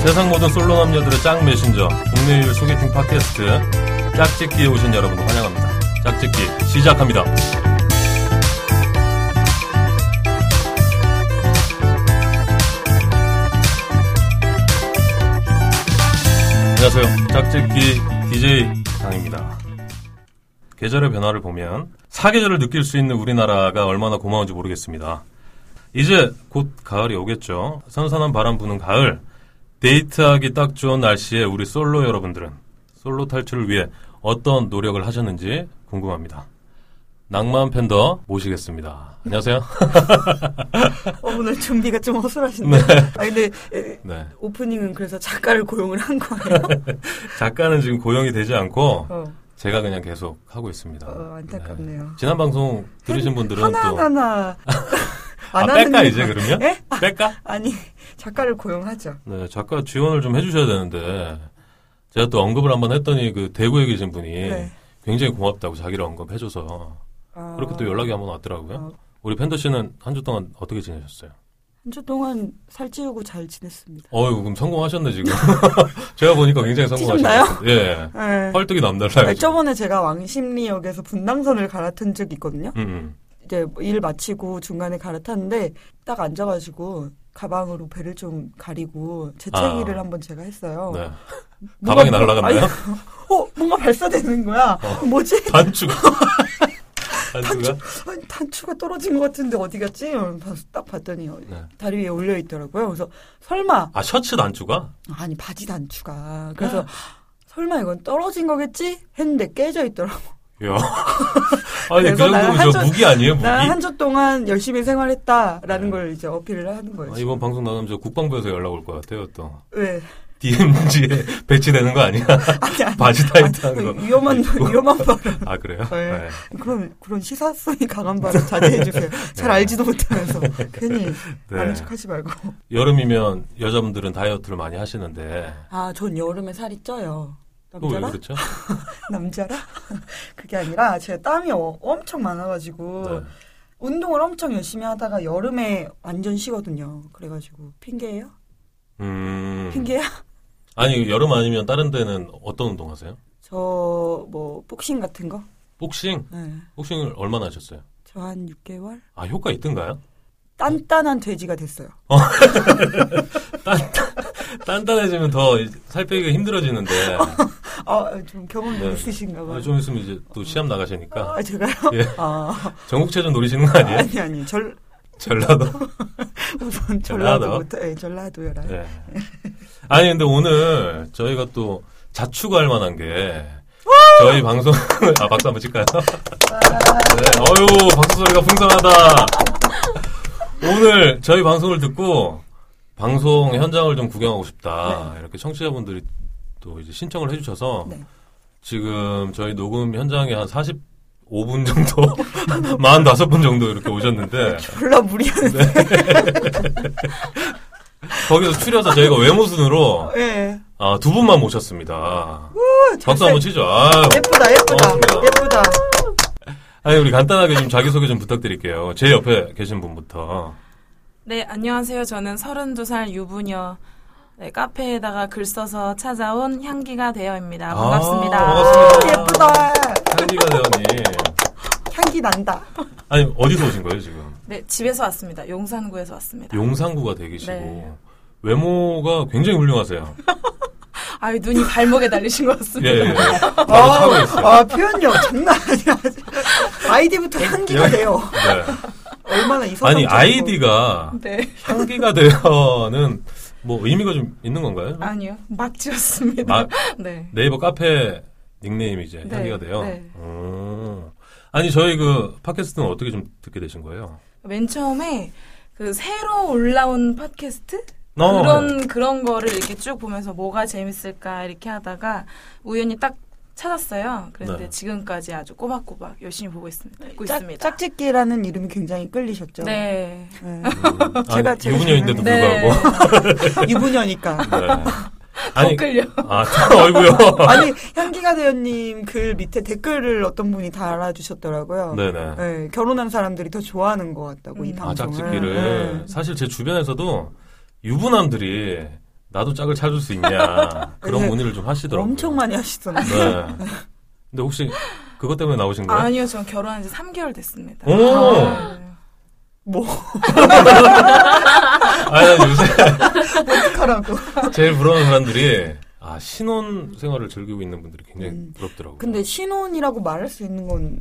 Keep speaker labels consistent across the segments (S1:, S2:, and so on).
S1: 세상 모든 솔로 남녀들의 짝 메신저 국내 유일 소개팅 팟캐스트 짝짓기에 오신 여러분 환영합니다. 짝짓기 시작합니다. 안녕하세요. 짝짓기 DJ 강입니다. 계절의 변화를 보면 사계절을 느낄 수 있는 우리나라가 얼마나 고마운지 모르겠습니다. 이제 곧 가을이 오겠죠. 선선한 바람 부는 가을. 데이트하기 딱 좋은 날씨에 우리 솔로 여러분들은 솔로 탈출을 위해 어떤 노력을 하셨는지 궁금합니다. 낭만 팬더 모시겠습니다. 안녕하세요.
S2: 어, 오늘 준비가 좀 허술하신데. 아 근데 에,
S1: 네.
S2: 오프닝은 그래서 작가를 고용을 한 거예요.
S1: 작가는 지금 고용이 되지 않고
S2: 어,
S1: 제가 그냥 계속 하고 있습니다.
S2: 어,
S1: 네.
S2: 안타깝네요.
S1: 지난 방송 들으신 분들은 또
S2: 하나하나
S1: 아,
S2: 안 하는
S1: 뺄까
S2: 이유가-
S1: 이제 그러면?
S2: 예?
S1: 뺄까?
S2: 아니 작가를 고용하죠.
S1: 네, 작가 지원을 좀 해주셔야 되는데 제가 또 언급을 한번 했더니 그 대구에 계신 분이
S2: 네.
S1: 굉장히 고맙다고 자기를 언급해줘서
S2: 아,
S1: 그렇게 또 연락이 한번 왔더라고요.
S2: 아,
S1: 우리 팬더 씨는 한 주 동안 어떻게 지내셨어요?
S2: 한주 동안 살찌우고 잘 지냈습니다.
S1: 어유 그럼 성공하셨네 지금. 제가 보니까 굉장히
S2: 티
S1: 성공하셨어요. 예,
S2: 예.
S1: 헐떡이
S2: 아,
S1: 남달라요.
S2: 저번에 제가 왕십리역에서 분당선을 갈아탄 적이 있거든요.
S1: 음, 음.
S2: 이제 뭐일 마치고 중간에 갈아탔는데 딱 앉아가지고 가방으로 배를 좀 가리고 재채기를
S1: 아.
S2: 한번 제가 했어요.
S1: 네.
S2: 뭔가
S1: 가방이
S2: 뭐-
S1: 날아갔나요? 어.
S2: 아니, 어, 뭔가 발사되는 거야. 뭐지?
S1: 단추가. 단추가?
S2: 아니, 단추가 떨어진 것 같은데 어디 갔지? 이러면서 딱 봤더니 어,
S1: 네.
S2: 다리 위에 올려 있더라고요. 그래서 설마
S1: 아 셔츠 단추가?
S2: 아니 바지 단추가 그래서 설마 이건 떨어진 거겠지? 했는데 깨져 있더라고.
S1: 야. 아니 그
S2: 그래서 나는
S1: 정도면
S2: 한
S1: 저
S2: 주-
S1: 무기 아니에요 무기?
S2: 나한 주 동안 열심히 생활했다라는
S1: 어, 네.
S2: 걸 이제 어필을 하는 거예요.
S1: 아, 이번 방송 나가면 저 국방부에서 연락 올 것 같아요 또.
S2: 왜?
S1: DMZ에 배치되는 거 아니야?
S2: 아니 아니.
S1: 바지 타이트한 거.
S2: 아니, 위험한 위험한 발언
S1: 아 그래요?
S2: 네.
S1: 네.
S2: 그런 그런 시사성이 강한 발언 자제해 주세요. 잘 알지도 못하면서 괜히
S1: 네.
S2: 아는 척하지 말고.
S1: 여름이면 여자분들은 다이어트를 많이 하시는데
S2: 아, 전 여름에 살이 쪄요.
S1: 또 음. 왜
S2: 남자라?
S1: 그렇죠?
S2: 남자라? 그게 아니라 제가 땀이 어- 엄청 많아가지고
S1: 네.
S2: 운동을 엄청 열심히 하다가 여름에 완전 쉬거든요. 그래가지고 핑계예요?
S1: 음.
S2: 핑계야?
S1: 아니 여름 아니면 다른 데는 어떤 운동 하세요?
S2: 저 뭐 복싱 같은 거?
S1: 복싱?
S2: 네.
S1: 복싱을 얼마나 하셨어요?
S2: 저 한 6개월?
S1: 아 효과 있던가요?
S2: 단단한 돼지가 됐어요.
S1: 단단해지면 더 살 빼기가 힘들어지는데
S2: 아, 좀 경험이
S1: 네.
S2: 있으신가 봐요.
S1: 아, 좀 있으면 이제 또 시합 나가시니까
S2: 아, 제가요?
S1: 예.
S2: 아,
S1: 전국체전 노리시는 거 아니에요?
S2: 아니, 아니, 절,
S1: 전라도.
S2: 우선
S1: 전라도.
S2: 전라도부터, 예, 전라도여라.
S1: 네. 아니 근데 오늘 저희가 또 자축할 만한 게 저희 방송 아 박수 한번 칠까요? 네. 어유 박수 소리가 풍성하다. 오늘 저희 방송을 듣고 방송 현장을 좀 구경하고 싶다 이렇게 청취자분들이 또 이제 신청을 해주셔서
S2: 네.
S1: 지금 저희 녹음 현장에 한 45분 정도 45분 정도 이렇게 오셨는데
S2: 졸라 무리하는,
S1: 거기서 추려서 저희가 외모순으로
S2: 예.
S1: 아, 두 분만 모셨습니다. 박수 한번 어, 치죠. 아유.
S2: 예쁘다, 예쁘다,
S1: 고맙습니다.
S2: 예쁘다.
S1: 아니, 우리 간단하게 좀 자기소개 좀 부탁드릴게요. 제 옆에 계신 분부터.
S3: 네, 안녕하세요. 저는 32살 유부녀. 네, 카페에다가 글 써서 찾아온 향기가 되어입니다. 반갑습니다.
S1: 아, 반갑습니다.
S2: 예쁘다.
S1: 향기가 대원이.
S2: 향기 난다.
S1: 아니, 어디서 오신 거예요, 지금?
S3: 네, 집에서 왔습니다. 용산구에서 왔습니다.
S1: 용산구가 되기시고.
S3: 네.
S1: 외모가 굉장히 훌륭하세요.
S3: 아유, 눈이 발목에 달리신 것
S1: 예,
S3: 같습니다.
S1: 예. 예.
S2: 아,
S1: 바로 차고 있어요.
S2: 아, 표현력 장난 아니야. 아이디부터 향기가 돼요.
S1: 네.
S2: 얼마나 이성
S1: 아니, 아이디가
S3: 네.
S1: 향기가 되어는 뭐 의미가 좀 있는 건가요?
S3: 아니요. 막 지었습니다.
S1: 막?
S3: 네.
S1: 네이버 카페 닉네임이 이제
S3: 네,
S1: 향기가 돼요.
S3: 네.
S1: 음. 아니 저희 그 팟캐스트는 어떻게 좀 듣게 되신 거예요?
S3: 맨 처음에 그 새로 올라온 팟캐스트?
S1: 어,
S3: 그런, 그런 거를 이렇게 쭉 보면서 뭐가 재밌을까 이렇게 하다가 우연히 딱 찾았어요. 그런데
S1: 네.
S3: 지금까지 아주 꼬박꼬박 열심히 보고 있습니다. 듣고
S2: 짝,
S3: 있습니다.
S2: 짝짓기라는 이름이 굉장히 끌리셨죠.
S3: 네.
S2: 네.
S1: 음. 아니,
S2: 제가- 제가
S1: 유부녀인데도
S3: 네.
S1: 불구하고.
S2: 유부녀니까.
S1: 네.
S3: 더
S1: 아니
S2: 네.
S3: 끌려.
S1: 아 얼굴요.
S2: 아니 향기가 대현님 글 밑에 댓글을 어떤 분이 달아주셨더라고요.
S1: 네네.
S2: 네, 결혼한 사람들이 더 좋아하는 것 같다고 이
S3: 음.
S1: 아
S2: 방송을.
S1: 짝짓기를 사실 제 주변에서도 유부남들이 나도 짝을 찾을 수 있냐 그런
S2: 네.
S1: 문의를 좀 하시더라고요.
S2: 엄청 많이 하시던데.
S1: 네. 근데 혹시 그것 때문에 나오신 거예요?
S3: 아니요, 전 결혼한 지 3개월 됐습니다.
S1: 오!
S3: 아,
S2: 뭐,
S1: 아 요새
S2: 어떡하라고.
S1: 제일 부러운 사람들이 아 신혼 생활을 즐기고 있는 분들이 굉장히
S2: 음.
S1: 부럽더라고요.
S2: 근데 신혼이라고 말을 할 수 있는 건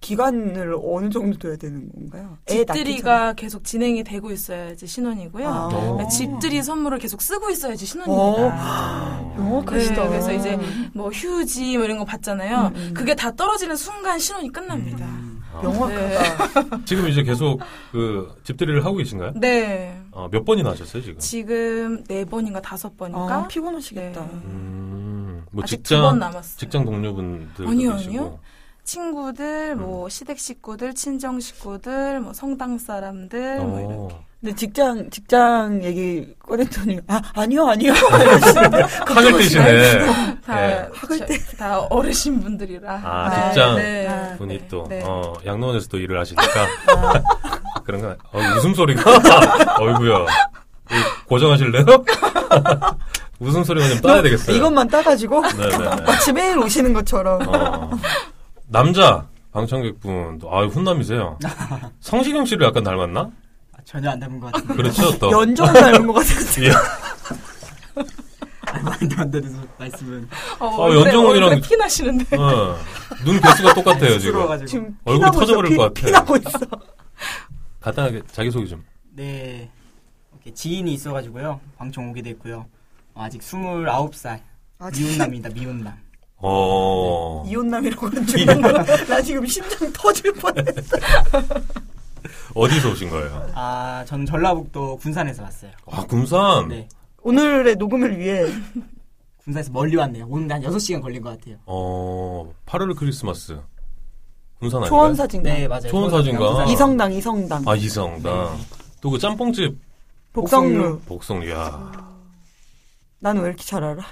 S2: 기간을 어느 정도 둬야 되는 건가요? 애 낳기 아. 전에?
S3: 집들이가 계속 진행이 되고 있어야지 신혼이고요.
S1: 어.
S3: 네, 집들이 선물을 계속 쓰고 있어야지
S2: 어.
S3: 신혼입니다.
S1: 아.
S2: 명확하시다.
S3: 네, 그래서 이제 뭐 휴지 뭐 이런 거 받잖아요.
S2: 음, 음.
S3: 그게 다 떨어지는 순간 신혼이 끝납니다.
S1: 아,
S3: 네.
S2: 명확하다.
S1: 지금 이제 계속 그 집들이를 하고 계신가요?
S3: 네.
S1: 아, 몇 번이나 하셨어요 지금?
S3: 지금 네 번인가 다섯 번인가?
S2: 아, 피곤하시겠다.
S3: 그러니까? 네.
S1: 음, 뭐
S3: 아직 두 번
S1: 직장
S3: 남았어요.
S1: 직장 동료분들
S3: 아니요,
S1: 계시고 어,
S3: 아니요. 친구들, 뭐 시댁 식구들, 친정 식구들, 뭐 성당 사람들, 뭐 이런.
S1: 어.
S2: 근데 직장, 직장 얘기 꺼냈더니, 아, 아니요, 아니요.
S1: 아,
S3: 아,
S1: 하늘 뜨시네.
S3: 다,
S1: 예.
S2: 학을
S3: 저- 다 어르신 분들이라.
S1: 아,
S2: 네,
S1: 직장
S3: 네.
S1: 분이
S3: 네,
S1: 또
S3: 네. 아.
S1: 어, 양로원에서 또 일을 하시니까 그런 거 어, 웃음소리가 어이구야 이, 고정하실래요? 웃음소리가 좀 따야 되겠어요.
S2: 이것만 따가지고,
S1: 네네네.
S2: 마치 매일 오시는 것처럼.
S1: 어. 남자 방청객분도 아 훈남이세요. 성시경 씨를 약간 닮았나?
S4: 아, 전혀 안 닮은 것 같은데.
S1: 그렇죠 또.
S2: 연정 닮은 것 같은데.
S1: 예.
S4: 아, 말도 안 되는 소- 말씀은.
S3: 어,
S1: 어,
S3: 얼굴에-
S1: 연정훈이랑-
S3: 얼굴에 피 나시는데.
S1: 어. 눈 개수가 똑같아요 지금.
S4: 쑥스러워가지고.
S2: 지금
S1: 얼굴이
S2: 피나고 있어,
S1: 터져버릴
S2: 피-
S1: 것 같아.
S2: 피나고 있어.
S1: 간단하게 자기 소개 좀.
S4: 네. 이렇게 지인이 있어가지고요. 방청 오게 됐고요. 어, 아직 29살.
S2: 아, 진짜
S4: 미운남입니다, 미운남.
S1: 어.
S2: 이혼남이라고 하는 줄 알았나? 나 지금 심장 터질 뻔했어.
S1: 어디서 오신 거예요?
S4: 아, 저는 전라북도 군산에서 왔어요.
S1: 아 군산.
S4: 네.
S2: 오늘의 녹음을 위해
S4: 군산에서 멀리 왔네요. 오는데 한 6시간 걸린 것 같아요.
S1: 어, 8월 크리스마스. 군산 아닌가요?
S2: 초원사진가?
S4: 네, 맞아요.
S1: 음. 좋은 사진가?
S4: 남산에서.
S2: 이성당, 이성당.
S1: 아, 이성당.
S3: 네.
S1: 또 그 짬뽕집
S2: 복성루.
S4: 복성루.
S1: 복성, 이야.
S2: 나는 왜 이렇게 잘 알아?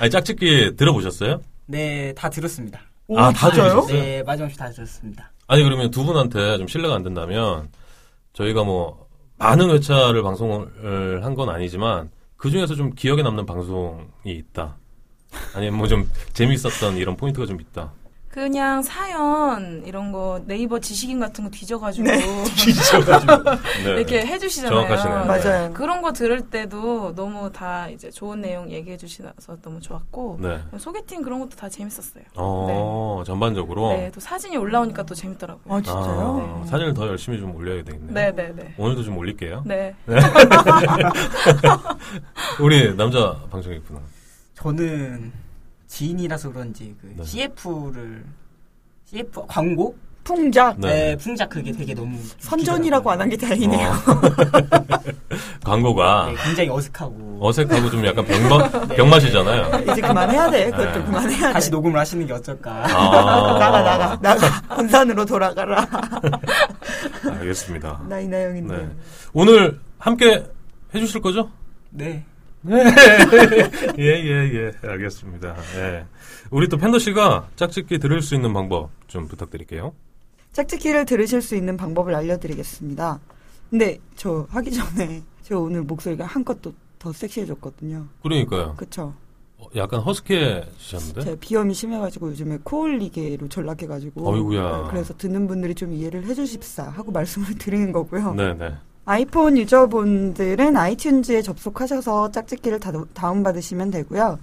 S1: 아니, 짝짓기 들어보셨어요?
S4: 네, 다 들었습니다.
S2: 오,
S1: 아, 다
S2: 진짜요?
S1: 들으셨어요?
S4: 네, 마지막이 다 들었습니다.
S1: 아니, 그러면 두 분한테 좀 신뢰가 안 된다면, 저희가 뭐, 많은 회차를 방송을 한 건 아니지만, 그 중에서 좀 기억에 남는 방송이 있다. 아니면 뭐 좀 재밌었던 이런 포인트가 좀 있다.
S3: 그냥 사연 이런 거 네이버 지식인 같은 거 뒤져가지고
S1: 네.
S3: 이렇게 해주시잖아요.
S1: 정확하시네요.
S2: 맞아요.
S3: 그런 거 들을 때도 너무 다 이제 좋은 내용 얘기해 주셔서 너무 좋았고
S1: 네.
S3: 소개팅 그런 것도 다 재밌었어요.
S1: 어, 전반적으로.
S3: 네, 또 사진이 올라오니까 또 재밌더라고요.
S2: 아, 진짜요?
S1: 아, 사진을 더 열심히 좀 올려야 되겠네요.
S3: 네, 네, 네.
S1: 오늘도 좀 올릴게요.
S3: 네.
S1: 우리 남자 방청객분은
S4: 저는 지인이라서 그런지 그
S1: 네.
S4: CF를 CF 광고?
S2: 풍작.
S1: 네.
S4: 네. 풍자 그게 되게 너무
S2: 선전이라고 안 한 게 다행이네요.
S1: 어. 광고가
S4: 네, 굉장히 어색하고
S1: 아. 어색하고 좀 약간 병마, 병맛이잖아요.
S2: 이제 그만해야 돼. 그것도
S1: 어. 네.
S2: 그만해야 돼.
S4: 다시 녹음을 하시는 게 어쩔까?
S1: 아,
S2: 나가, 나가, 나가. 군산으로 돌아가라.
S1: 알겠습니다.
S2: 나 이나영인데.
S1: 네. 오늘 함께 해주실 거죠?
S4: 네.
S1: 네. 예, 예, 예. 알겠습니다. 예. 우리 또 팬더 씨가 짝짓기 들을 수 있는 방법 좀 부탁드릴게요.
S2: 짝짓기를 들으실 수 있는 방법을 알려드리겠습니다. 근데 저 하기 전에 제가 오늘 목소리가 한껏 또 더 섹시해졌거든요.
S1: 그러니까요.
S2: 그쵸?
S1: 어, 약간 허스키해지셨는데?
S2: 제가 비염이 심해가지고 요즘에 코올리게로 전락해가지고.
S1: 어이구야.
S2: 네, 그래서 듣는 분들이 좀 이해를 해주십사 하고 말씀을 드리는 거고요.
S1: 네네.
S2: 아이폰 유저분들은 아이튠즈에 접속하셔서 짝짓기를 다, 다운받으시면 되고요.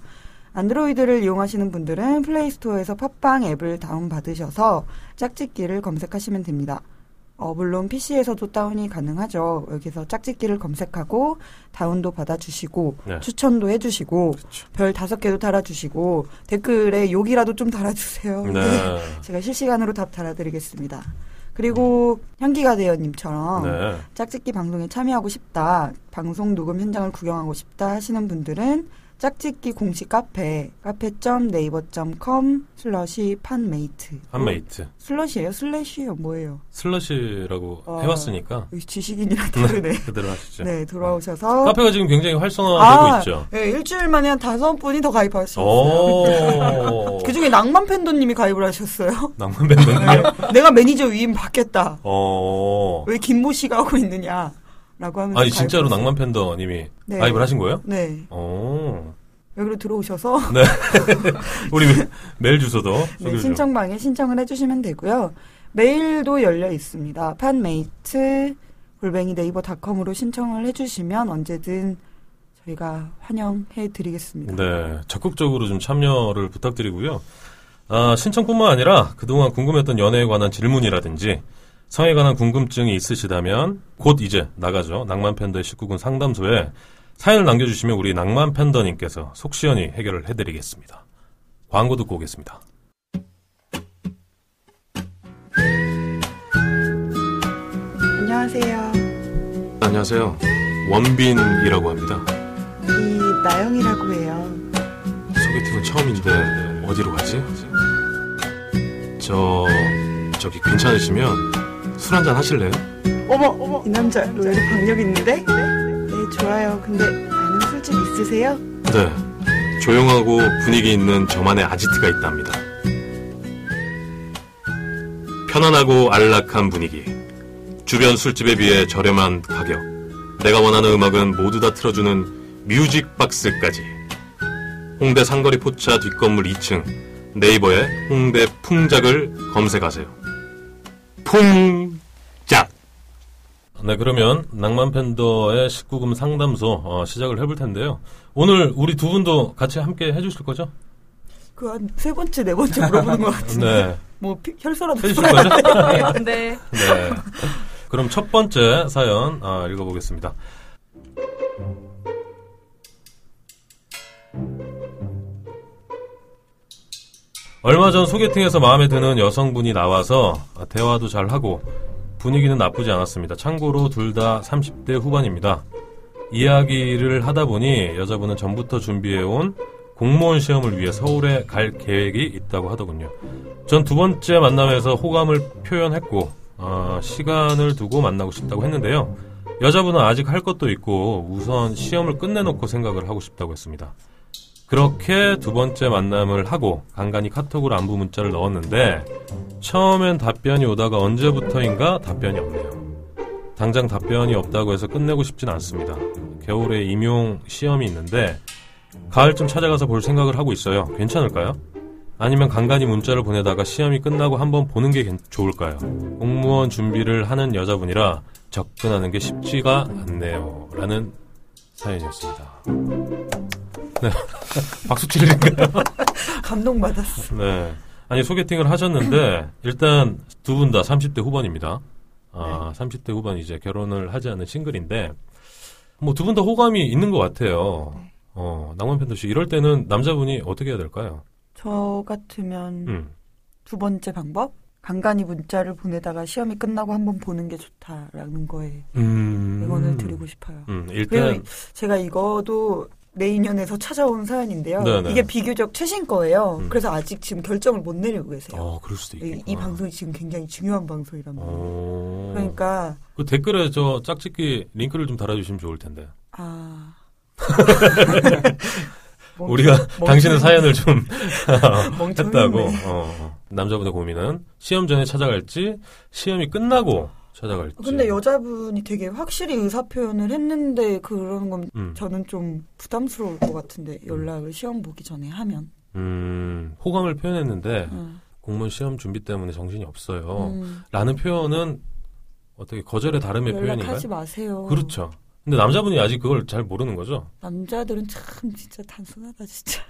S2: 안드로이드를 이용하시는 분들은 플레이스토어에서 팟빵 앱을 다운받으셔서 짝짓기를 검색하시면 됩니다. 어, 물론 PC에서도 다운이 가능하죠. 여기서 짝짓기를 검색하고 다운도 받아주시고
S1: 네. 그렇죠.
S2: 추천도 해주시고 별 다섯 개도 달아주시고 댓글에 욕이라도 좀 달아주세요.
S1: 네.
S2: 제가 실시간으로 답 달아드리겠습니다. 그리고 향기가 대여님처럼
S1: 네.
S2: 짝짓기 방송에 참여하고 싶다, 방송 녹음 현장을 구경하고 싶다 하시는 분들은 짝짓기 공식 카페 카페.네이버.com 슬러시 판메이트 어?
S1: 한메이트.
S2: 슬러시예요? 슬래시예요? 뭐예요?
S1: 슬러시라고
S2: 어.
S1: 해왔으니까.
S2: 여기 지식인이랑 다르네.
S1: 그대로 하시죠.
S2: 네, 돌아오셔서
S1: 카페가 지금 굉장히 활성화되고
S2: 아,
S1: 있죠.
S2: 네, 일주일 만에 한 다섯 분이 더 가입하셨어요.
S1: 오.
S2: 그중에 낭만 팬도님이 가입을 하셨어요.
S1: 낭만 밴드네요.
S2: 내가 매니저 위임 받겠다.
S1: 어.
S2: 왜 김모 씨가 하고 있느냐? 라고 하면서.
S1: 아니
S2: 가입을
S1: 진짜로
S2: 했어요.
S1: 낭만 팬더님이
S2: 음. 네.
S1: 가입을 하신 거예요?
S2: 네.
S1: 어.
S2: 여기로 들어오셔서
S1: 우리 메일 주소도
S2: 네,
S1: 소개해 주세요.
S2: 신청방에 신청을 해주시면 되고요. 메일도 열려 있습니다. 팬메이트 골뱅이 네이버 닷컴으로 신청을 해주시면 언제든 저희가 환영해 드리겠습니다.
S1: 네, 적극적으로 좀 참여를 부탁드리고요. 아, 신청뿐만 아니라 그동안 궁금했던 연애에 관한 질문이라든지 성에 관한 궁금증이 있으시다면 곧 이제 나가죠. 낭만 팬더의 19군 상담소에 사연을 남겨주시면 우리 낭만 팬더님께서 속 시원히 해결을 해드리겠습니다. 광고 듣고 오겠습니다.
S2: 안녕하세요.
S1: 안녕하세요. 원빈이라고 합니다.
S2: 이 나영이라고 해요.
S1: 소개팅은 처음인데 어디로 가지? 저 저기 괜찮으시면 술 한잔 하실래요?
S2: 어머, 어머. 이 남자 로열이 박력 있는데? 네, 좋아요. 근데 아는 술집 있으세요?
S1: 네. 조용하고 분위기 있는 저만의 아지트가 있답니다. 편안하고 안락한 분위기. 주변 술집에 비해 저렴한 가격. 내가 원하는 음악은 모두 다 틀어주는 뮤직박스까지. 홍대 상거리 포차 뒷건물 2층. 네이버에 홍대 풍작을 검색하세요. 풍작! 네, 그러면 낭만 팬더의 19금 상담소 어, 시작을 해볼 텐데요. 오늘 우리 두 분도 같이 함께 해주실 거죠?
S2: 그 한 세 번째, 네 번째 물어보는 것 같은데.
S1: 네.
S2: 뭐, 피- 혈서라도
S1: 해주실 거죠?
S3: 네.
S1: 네. 그럼 첫 번째 사연 아, 읽어보겠습니다. 얼마 전 소개팅에서 마음에 드는 여성분이 나와서 대화도 잘 하고 분위기는 나쁘지 않았습니다. 참고로 둘 다 30대 후반입니다. 이야기를 하다 보니 여자분은 전부터 준비해온 공무원 시험을 위해 서울에 갈 계획이 있다고 하더군요. 전 두 번째 만남에서 호감을 표현했고 아, 시간을 두고 만나고 싶다고 했는데요. 여자분은 아직 할 것도 있고 우선 시험을 끝내놓고 생각을 하고 싶다고 했습니다. 그렇게 두 번째 만남을 하고 간간히 카톡으로 안부 문자를 넣었는데 처음엔 답변이 오다가 언제부터인가 답변이 없네요. 당장 답변이 없다고 해서 끝내고 싶진 않습니다. 겨울에 임용 시험이 있는데 가을쯤 찾아가서 볼 생각을 하고 있어요. 괜찮을까요? 아니면 간간히 문자를 보내다가 시험이 끝나고 한번 보는 게 괜- 좋을까요? 공무원 준비를 하는 여자분이라 접근하는 게 쉽지가 않네요. 라는 사연이었습니다. 네. 박수 치리니까.
S2: 감동받았어.
S1: 네. 아니, 소개팅을 하셨는데, 일단 두 분 다 30대 후반입니다. 아, 30대 후반 이제 결혼을 하지 않은 싱글인데, 뭐 두 분 다 호감이 있는 것 같아요. 어, 낭만 편도 씨, 이럴 때는 남자분이 어떻게 해야 될까요?
S2: 저 같으면
S1: 음.
S2: 두 번째 방법? 간간히 문자를 보내다가 시험이 끝나고 한번 보는 게 좋다라는 거에
S1: 음.
S2: 응원을 드리고 싶어요.
S1: 음,
S2: 네, 그리고
S1: 일단
S2: 제가 이거도 내 인연에서 찾아온 사연인데요.
S1: 네네.
S2: 이게 비교적 최신 거예요.
S1: 음.
S2: 그래서 아직 지금 결정을 못 내리고 계세요.
S1: 어, 그럴 수도
S2: 예, 이,
S1: 있겠구나.
S2: 이 방송이 지금 굉장히 중요한 방송이란 말이에요.
S1: 어.
S2: 그러니까
S1: 그 댓글에 저 짝짓기 링크를 좀 달아주시면 좋을 텐데.
S2: 아 멍청-
S1: 우리가 당신의 사연을 좀
S2: 멍청이네.
S1: 했다고.
S2: 뭐
S1: 어. 남자분의 고민은 시험 전에 찾아갈지 시험이 끝나고 찾아갈지.
S2: 근데 여자분이 되게 확실히 의사 표현을 했는데 그런 건
S1: 음.
S2: 저는 좀 부담스러울 것 같은데 연락을 시험 보기 전에 하면
S1: 음, 호감을 표현했는데
S2: 음.
S1: 공무원 시험 준비 때문에 정신이 없어요.
S2: 음,
S1: 라는 표현은 어떻게 거절의 다름의 표현인가요?
S2: 연락하지 뭐. 마세요.
S1: 그렇죠. 근데 남자분이 아직 그걸 잘 모르는 거죠.
S2: 남자들은 참 진짜 단순하다 진짜.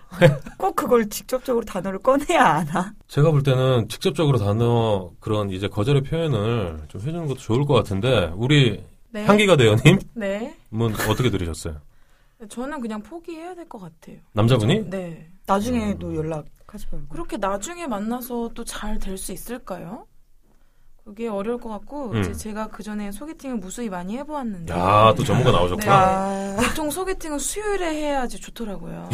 S2: 꼭 그걸 직접적으로 단어를 꺼내야 아나.
S1: 제가 볼 때는 직접적으로 단어 그런 이제 거절의 표현을 좀 해주는 것도 좋을 것 같은데 우리
S3: 네.
S1: 향기가 대여님
S3: 네.
S1: 은 어떻게 들으셨어요?
S3: 저는 그냥 포기해야 될 것 같아요.
S1: 남자분이?
S3: 네.
S1: 음.
S2: 나중에도 연락하지
S1: 그렇죠.
S2: 말고.
S3: 그렇게 나중에 만나서 또 잘 될 수 있을까요? 그게 어려울 것 같고
S1: 음.
S3: 이제 제가 그 전에 소개팅을 무수히 많이 해보았는데
S1: 야, 또 전문가
S3: 네.
S1: 나오셨구나.
S2: 아,
S3: 보통 소개팅은 수요일에 해야지 좋더라고요.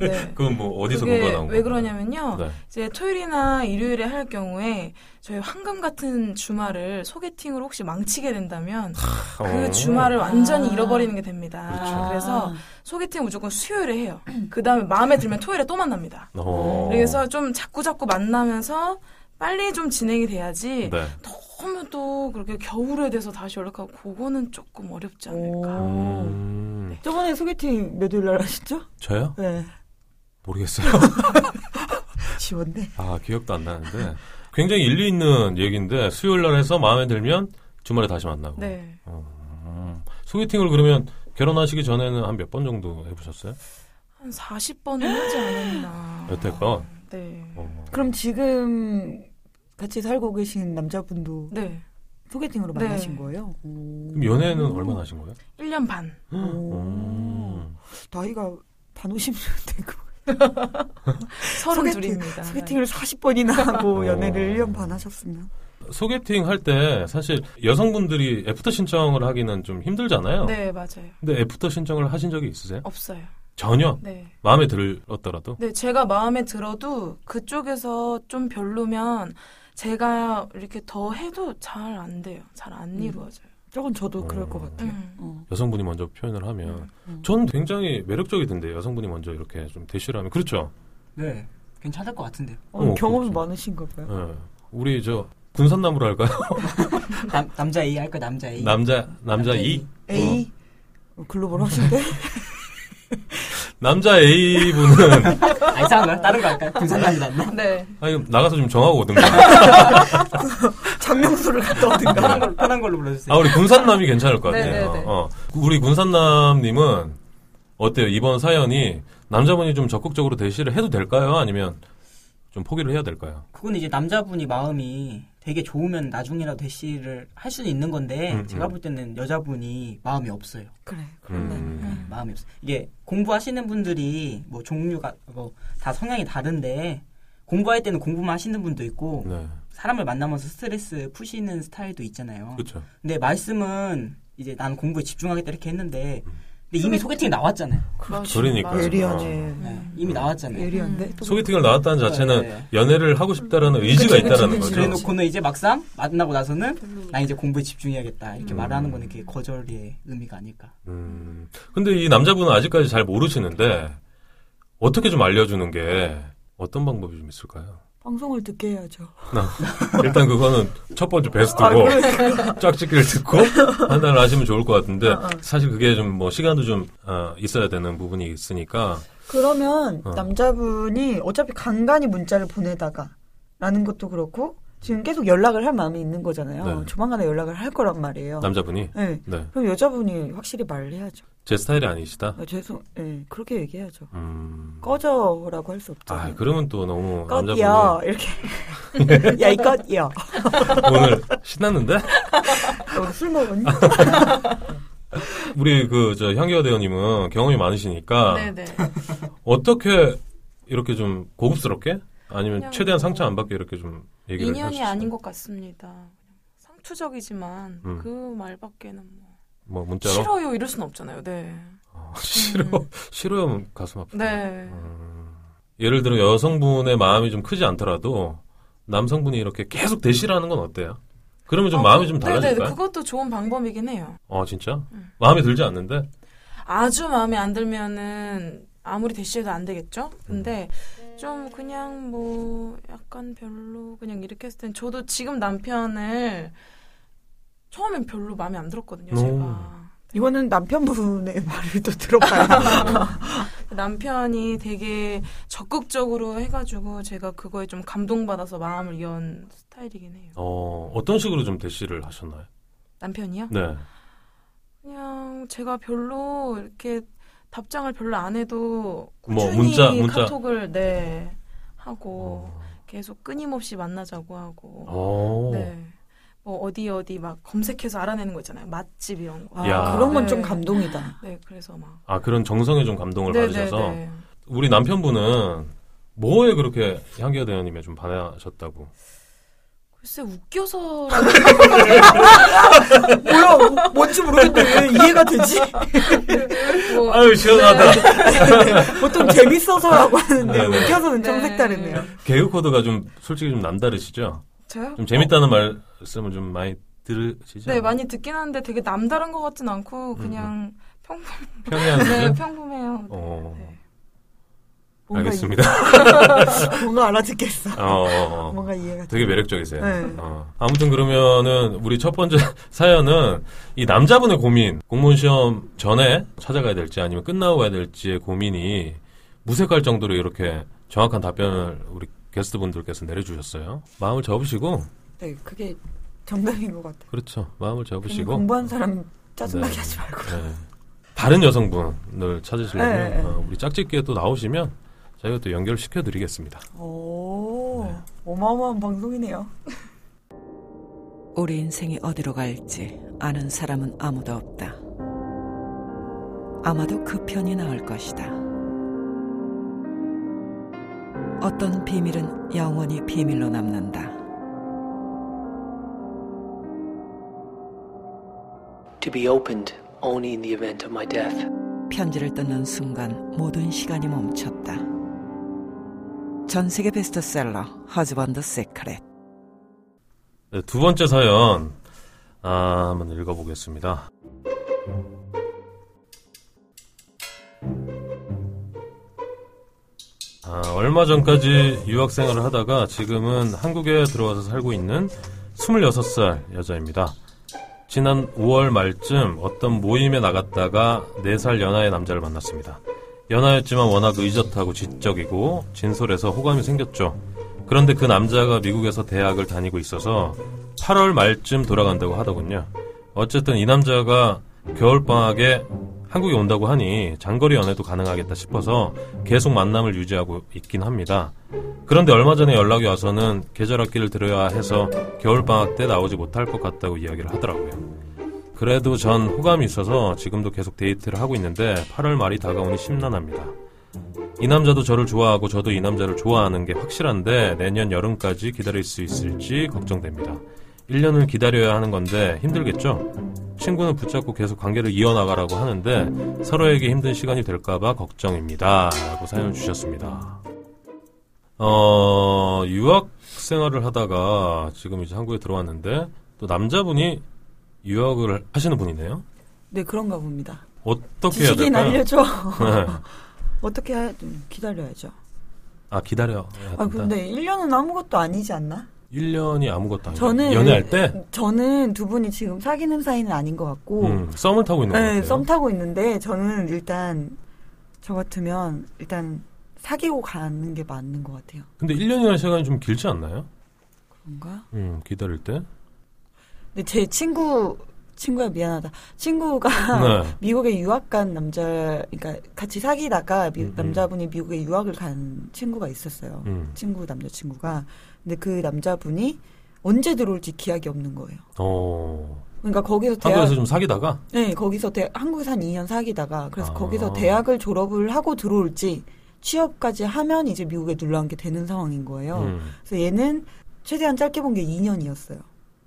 S3: 네.
S1: 그건 뭐 어디서
S3: 그게
S1: 뭐가 나온 거예요?
S3: 왜 그러냐면요.
S1: 네.
S3: 이제 토요일이나 일요일에 할 경우에 저희 황금 같은 주말을 소개팅으로 혹시 망치게 된다면 그
S1: 어.
S3: 주말을 완전히
S2: 아.
S3: 잃어버리는 게 됩니다.
S1: 그렇죠.
S3: 래서 소개팅 무조건 수요일에 해요. 그 다음에 마음에 들면 토요일에 또 만납니다.
S1: 어.
S3: 그래서 좀 자꾸 자꾸 만나면서 빨리 좀 진행이 돼야지
S1: 네.
S3: 처음에 또 그렇게 겨울에 대해서 다시 연락하고 그거는 조금 어렵지 네. 않을까.
S2: 오. 저번에 소개팅 몇일 날 하셨죠?
S1: 음. 저요?
S2: 네.
S1: 모르겠어요.
S2: 지원데.
S1: 아, 기억도 안 나는데. 굉장히 일리 있는 얘기인데, 수요일 날 해서 마음에 들면 주말에 다시 만나고.
S3: 네.
S1: 음, 소개팅을 그러면 결혼하시기 전에는 한 몇 번 정도 해보셨어요?
S3: 한 40번은 하지 않았나.
S1: 여태껏?
S3: 네.
S1: 어.
S2: 그럼 지금 같이 살고 계신 남자분도
S3: 네.
S2: 소개팅으로
S3: 네.
S2: 만나신 거예요?
S1: 그럼 연애는 얼마나 하신 거예요?
S3: 1년 반.
S2: 오.
S1: 음.
S2: 나이가 반 50년 되고
S3: 서른
S2: 소개팅,
S3: 둘입니다.
S2: 소개팅을 40번이나 하고
S1: 어.
S2: 연애를 1년 반 하셨으면
S1: 소개팅 할 때 사실 여성분들이 애프터 신청을 하기는 좀 힘들잖아요.
S3: 네, 맞아요.
S1: 근데 애프터 신청을 하신 적이 있으세요?
S3: 없어요.
S1: 전혀
S3: 네.
S1: 마음에 들었더라도
S3: 네, 제가 마음에 들어도 그쪽에서 좀 별로면 제가 이렇게 더 해도 잘 안 돼요. 잘 안
S2: 음.
S3: 이루어져요.
S2: 저건 저도 그럴
S1: 어.
S2: 것 같아요.
S3: 음.
S2: 어.
S1: 여성분이 먼저 표현을 하면
S2: 음.
S1: 저는 굉장히 매력적이던데 여성분이 먼저 이렇게 좀 대시를 하면 그렇죠.
S4: 네, 괜찮을 것 같은데요.
S2: 어,
S1: 어,
S2: 경험이
S1: 그렇죠.
S2: 많으신가 봐요.
S1: 예. 우리 저 군산나무로 할까요?
S4: 남, 남자 A 할까 네. 남자 A.
S1: 남자 남자
S4: A.
S1: 이
S2: A 어, 글로벌 하신데
S1: 남자 A 분은
S4: 아, 이상한 거야? 다른 거 할까요? 군산남이 낫나?
S3: 네.
S1: 아니 나가서 좀 정하고 오든가.
S2: 장명수를 갔다 오든가.
S4: 편한 걸로 편한 걸로 불러주세요.
S1: 어, 아 우리 군산남이 괜찮을 것
S3: 네,
S1: 같아요.
S3: 네, 네.
S1: 어, 우리 군산남님은 어때요? 이번 사연이 남자분이 좀 적극적으로 대시를 해도 될까요? 아니면 좀 포기를 해야 될까요?
S4: 그건 이제 남자분이 마음이 되게 좋으면 나중이라도 대시를 할 수는 있는 건데
S1: 음,
S4: 제가
S1: 음.
S4: 볼 때는 여자분이 마음이 없어요.
S2: 그래. 그런데
S1: 음,
S4: 마음이 없어요. 이게 공부하시는 분들이 뭐 종류가 뭐 다 성향이 다른데 공부할 때는 공부만 하시는 분도 있고
S1: 네,
S4: 사람을 만나면서 스트레스 푸시는 스타일도 있잖아요.
S1: 그렇죠.
S4: 근데 말씀은 이제 난 공부에 집중하겠다 이렇게 했는데
S1: 음.
S4: 근데 이미 소개팅이 나왔잖아요.
S3: 그렇죠.
S1: 그러니까요.
S3: 맞아요.
S2: 예리하네.
S4: 네, 이미 나왔잖아요.
S2: 예리한데.
S1: 음.
S2: 또
S1: 소개팅을 나왔다는 음. 그 자체는 그렇죠.
S4: 네.
S1: 연애를 하고 싶다라는 의지가
S2: 그치,
S1: 있다라는
S2: 그치,
S1: 거죠.
S2: 그치.
S4: 그래놓고는 이제 막상 만나고 나서는
S3: 별로.
S4: 나 이제 공부에 집중해야겠다 이렇게
S1: 음.
S4: 말하는 거는 그게 거절의 의미가 아닐까.
S1: 음, 근데 이 남자분은 아직까지 잘 모르시는데 어떻게 좀 알려주는 게 어떤 방법이 좀 있을까요?
S2: 방송을 듣게 해야죠.
S1: 일단 그거는 첫 번째
S3: 아,
S1: 베스트고 짝짓기를 듣고 판단을 하시면 좋을 것
S3: 어,
S1: 같은데 사실 그게 좀 뭐 시간도 좀 어, 있어야 되는 부분이 있으니까
S2: 그러면
S1: 어.
S2: 남자분이 어차피 간간히 문자를 보내다가 라는 것도 그렇고 지금 계속 연락을 할 마음이 있는 거잖아요.
S1: 네.
S2: 조만간에 연락을 할 거란
S3: 어.
S2: 말이에요.
S1: 남자분이
S2: 네.
S1: 네 제
S2: 그럼 여자분이 확실히 말을 해야죠.
S1: 스타일이 아니시다.
S2: 아, 죄송, 예, 그렇게 얘기해야죠.
S3: 어.
S1: 음.
S2: 꺼져라고 할 수
S1: 아
S2: 없잖아요.
S1: 그러면 또 너무 남자분이
S2: 껐이요 이렇게 야이 껐이요
S1: 오늘 신났는데
S2: 오늘 어, 술 먹었니?
S1: 우리 그 저 향기화 대원님은 경험이 많으시니까
S3: 네네.
S1: 어떻게 이렇게 좀 고급스럽게 아니면
S3: 그냥
S1: 최대한
S3: 뭐
S1: 상처 안 받게 이렇게 좀 얘기를
S3: 인연이
S1: 하시죠?
S3: 아닌 것 같습니다. 상투적이지만
S1: 음.
S3: 그 말밖에는 뭐
S1: 뭐 문자로
S3: 싫어요 이럴 순 없잖아요. 네.
S1: 어, 싫어 싫어요 가슴 아프다.
S3: 네.
S1: 음, 예를 들어 여성분의 마음이 좀 크지 않더라도 남성분이 이렇게 계속 대시라는 건 어때요? 그러면 좀
S3: 아,
S1: 마음이
S3: 그-
S1: 좀
S3: 네네.
S1: 달라질까요?
S3: 그것도 좋은 방법이긴 해요.
S1: 어 진짜?
S3: 음.
S1: 마음에 들지 않는데?
S3: 아주 마음에 안 들면은 아무리 대시해도 안 되겠죠? 근데
S1: 음.
S3: 좀 그냥 뭐 약간 별로 그냥 이렇게 했을 땐 저도 지금 남편을 처음엔 별로 마음에 안 들었거든요,
S1: 음.
S3: 제가.
S2: 이거는 남편분의 말을 또 들어봐요.
S3: 남편이 되게 적극적으로 해가지고 제가 그거에 좀 감동받아서 마음을 연 스타일이긴 해요.
S1: 어 어떤 식으로 좀 대시를 하셨나요?
S3: 남편이요?
S1: 네.
S3: 그냥 제가 별로 이렇게 답장을 별로 안 해도
S1: 뭐,
S3: 꾸준히
S1: 문자, 문자.
S3: 카톡을 네 하고
S1: 어.
S3: 계속 끊임없이 만나자고 하고
S1: 어.
S3: 네. 뭐 어디 어디 막 검색해서 알아내는 거 있잖아요. 맛집 이런 거.
S1: 야.
S2: 그런 건 좀
S3: 네.
S2: 감동이다.
S3: 네, 그래서 막
S1: 아 그런 정성에 좀 감동을
S3: 네,
S1: 받으셔서
S3: 네, 네.
S1: 우리 남편분은 뭐에 그렇게 향기화 대원님에 좀 반하셨다고?
S3: 글쎄 웃겨서
S2: 뭐야, 뭐- 뭔지 모르겠는데 왜 이해가 되지?
S3: 뭐
S1: 아유 시원하다.
S2: 보통 재밌어서라고 하는데
S1: 네, 네.
S2: 웃겨서는 좀
S3: 네.
S2: 색다르네요.
S1: 개그 코드가 좀 솔직히 좀 남다르시죠?
S3: 저요?
S1: 좀 재밌다는 말씀을 좀 많이 들으시죠?
S3: 어.
S1: 음,
S3: 네, 많이 듣긴 하는데 되게 남다른 것 같진 않고 그냥 평범
S1: 편리한
S3: 네,
S1: 거죠?
S3: 평범해요.
S1: 어.
S3: 네.
S2: 뭔가
S1: 알겠습니다.
S2: 이- 뭔가 알아듣겠어.
S1: 어, 어, 어.
S2: 뭔가 이해가 돼.
S1: 되게 매력적이세요.
S2: 네.
S1: 어. 아무튼 그러면은 우리 첫 번째 사연은 이 남자분의 고민, 공무원 시험 전에 찾아가야 될지 아니면 끝나고 가야 될지의 고민이 무색할 정도로 이렇게 정확한 답변을 우리 게스트분들께서 내려주셨어요. 마음을 접으시고
S2: 네, 그게 정답인 것 같아요.
S1: 그렇죠. 마음을
S2: 괜히
S1: 접으시고
S2: 공부한 사람 짜증나게
S1: 네.
S2: 하지 말고.
S1: 네. 다른 여성분을 찾으시려면
S2: 네, 네.
S1: 어, 우리 짝짓기에 또 나오시면 저희가 또 연결시켜 드리겠습니다.
S2: 오,
S1: 네.
S2: 어마어마한 방송이네요.
S5: 우리 인생이 어디로 갈지 아는 사람은 아무도 없다. 아마도 그 편이 나을 것이다. 어떤 비밀은 영원히 비밀로 남는다.
S6: to be opened only in the event of my death.
S5: 편지를 뜯는 순간 모든 시간이 멈췄다. 전 세계 베스트셀러 허즈번드 세크렛.
S1: 네, 두 번째 사연 아, 한번 읽어보겠습니다. 아, 얼마 전까지 유학 생활을 하다가 지금은 한국에 들어와서 살고 있는 26살 여자입니다. 지난 5월 말쯤 어떤 모임에 나갔다가 4살 연하의 남자를 만났습니다. 연하였지만 워낙 의젓하고 지적이고 진솔해서 호감이 생겼죠. 그런데 그 남자가 미국에서 대학을 다니고 있어서 8월 말쯤 돌아간다고 하더군요. 어쨌든 이 남자가 겨울방학에 한국에 온다고 하니 장거리 연애도 가능하겠다 싶어서 계속 만남을 유지하고 있긴 합니다. 그런데 얼마 전에 연락이 와서는 계절 학기를 들어야 해서 겨울방학 때 나오지 못할 것 같다고 이야기를 하더라고요. 그래도 전 호감이 있어서 지금도 계속 데이트를 하고 있는데 8월 말이 다가오니 심란합니다. 이 남자도 저를 좋아하고 저도 이 남자를 좋아하는 게 확실한데 내년 여름까지 기다릴 수 있을지 걱정됩니다. 1년을 기다려야 하는 건데 힘들겠죠? 친구는 붙잡고 계속 관계를 이어나가라고 하는데 서로에게 힘든 시간이 될까봐 걱정입니다. 라고 사연을 주셨습니다. 어, 유학 생활을 하다가 지금 이제 한국에 들어왔는데 또 남자분이 유학을 하시는 분이네요?
S2: 네, 그런가 봅니다.
S1: 어떻게 해야
S2: 지식인
S1: 될까요?
S2: 알려줘.
S1: 네.
S2: 어떻게 해야 돼? 기다려야죠.
S1: 아, 기다려.
S2: 아, 근데 1년은 아무것도 아니지 않나?
S1: 1년이 아무것도 아니고
S2: 저는
S1: 연애할 때
S2: 저는 두 분이 지금 사귀는 사이는 아닌 것 같고,
S1: 음, 썸을 타고 있는 것
S2: 네,
S1: 같아요.
S2: 썸 타고 있는데 저는 일단 저 같으면 일단 사귀고 가는 게 맞는 것 같아요.
S1: 근데 1년이라는 시간이 좀 길지 않나요?
S2: 그런가?
S1: 음, 기다릴 때.
S2: 근데 제 친구 친구야 미안하다. 친구가
S1: 네.
S2: 미국에 유학 간 남자, 그러니까 같이 사귀다가 미-
S1: 음, 음.
S2: 남자분이 미국에 유학을 간 친구가 있었어요.
S1: 음.
S2: 친구 남자친구가 근데 그 남자분이 언제 들어올지 기약이 없는 거예요.
S1: 어.
S2: 그러니까 거기서 대학
S1: 한국에서 좀 사귀다가
S2: 네 거기서 대 한국에서 한 2년 사귀다가 그래서
S1: 아.
S2: 거기서 대학을 졸업을 하고 들어올지 취업까지 하면 이제 미국에 눌러앉게 되는 상황인 거예요.
S1: 음.
S2: 그래서 얘는 최대한 짧게 본 게 2년이었어요.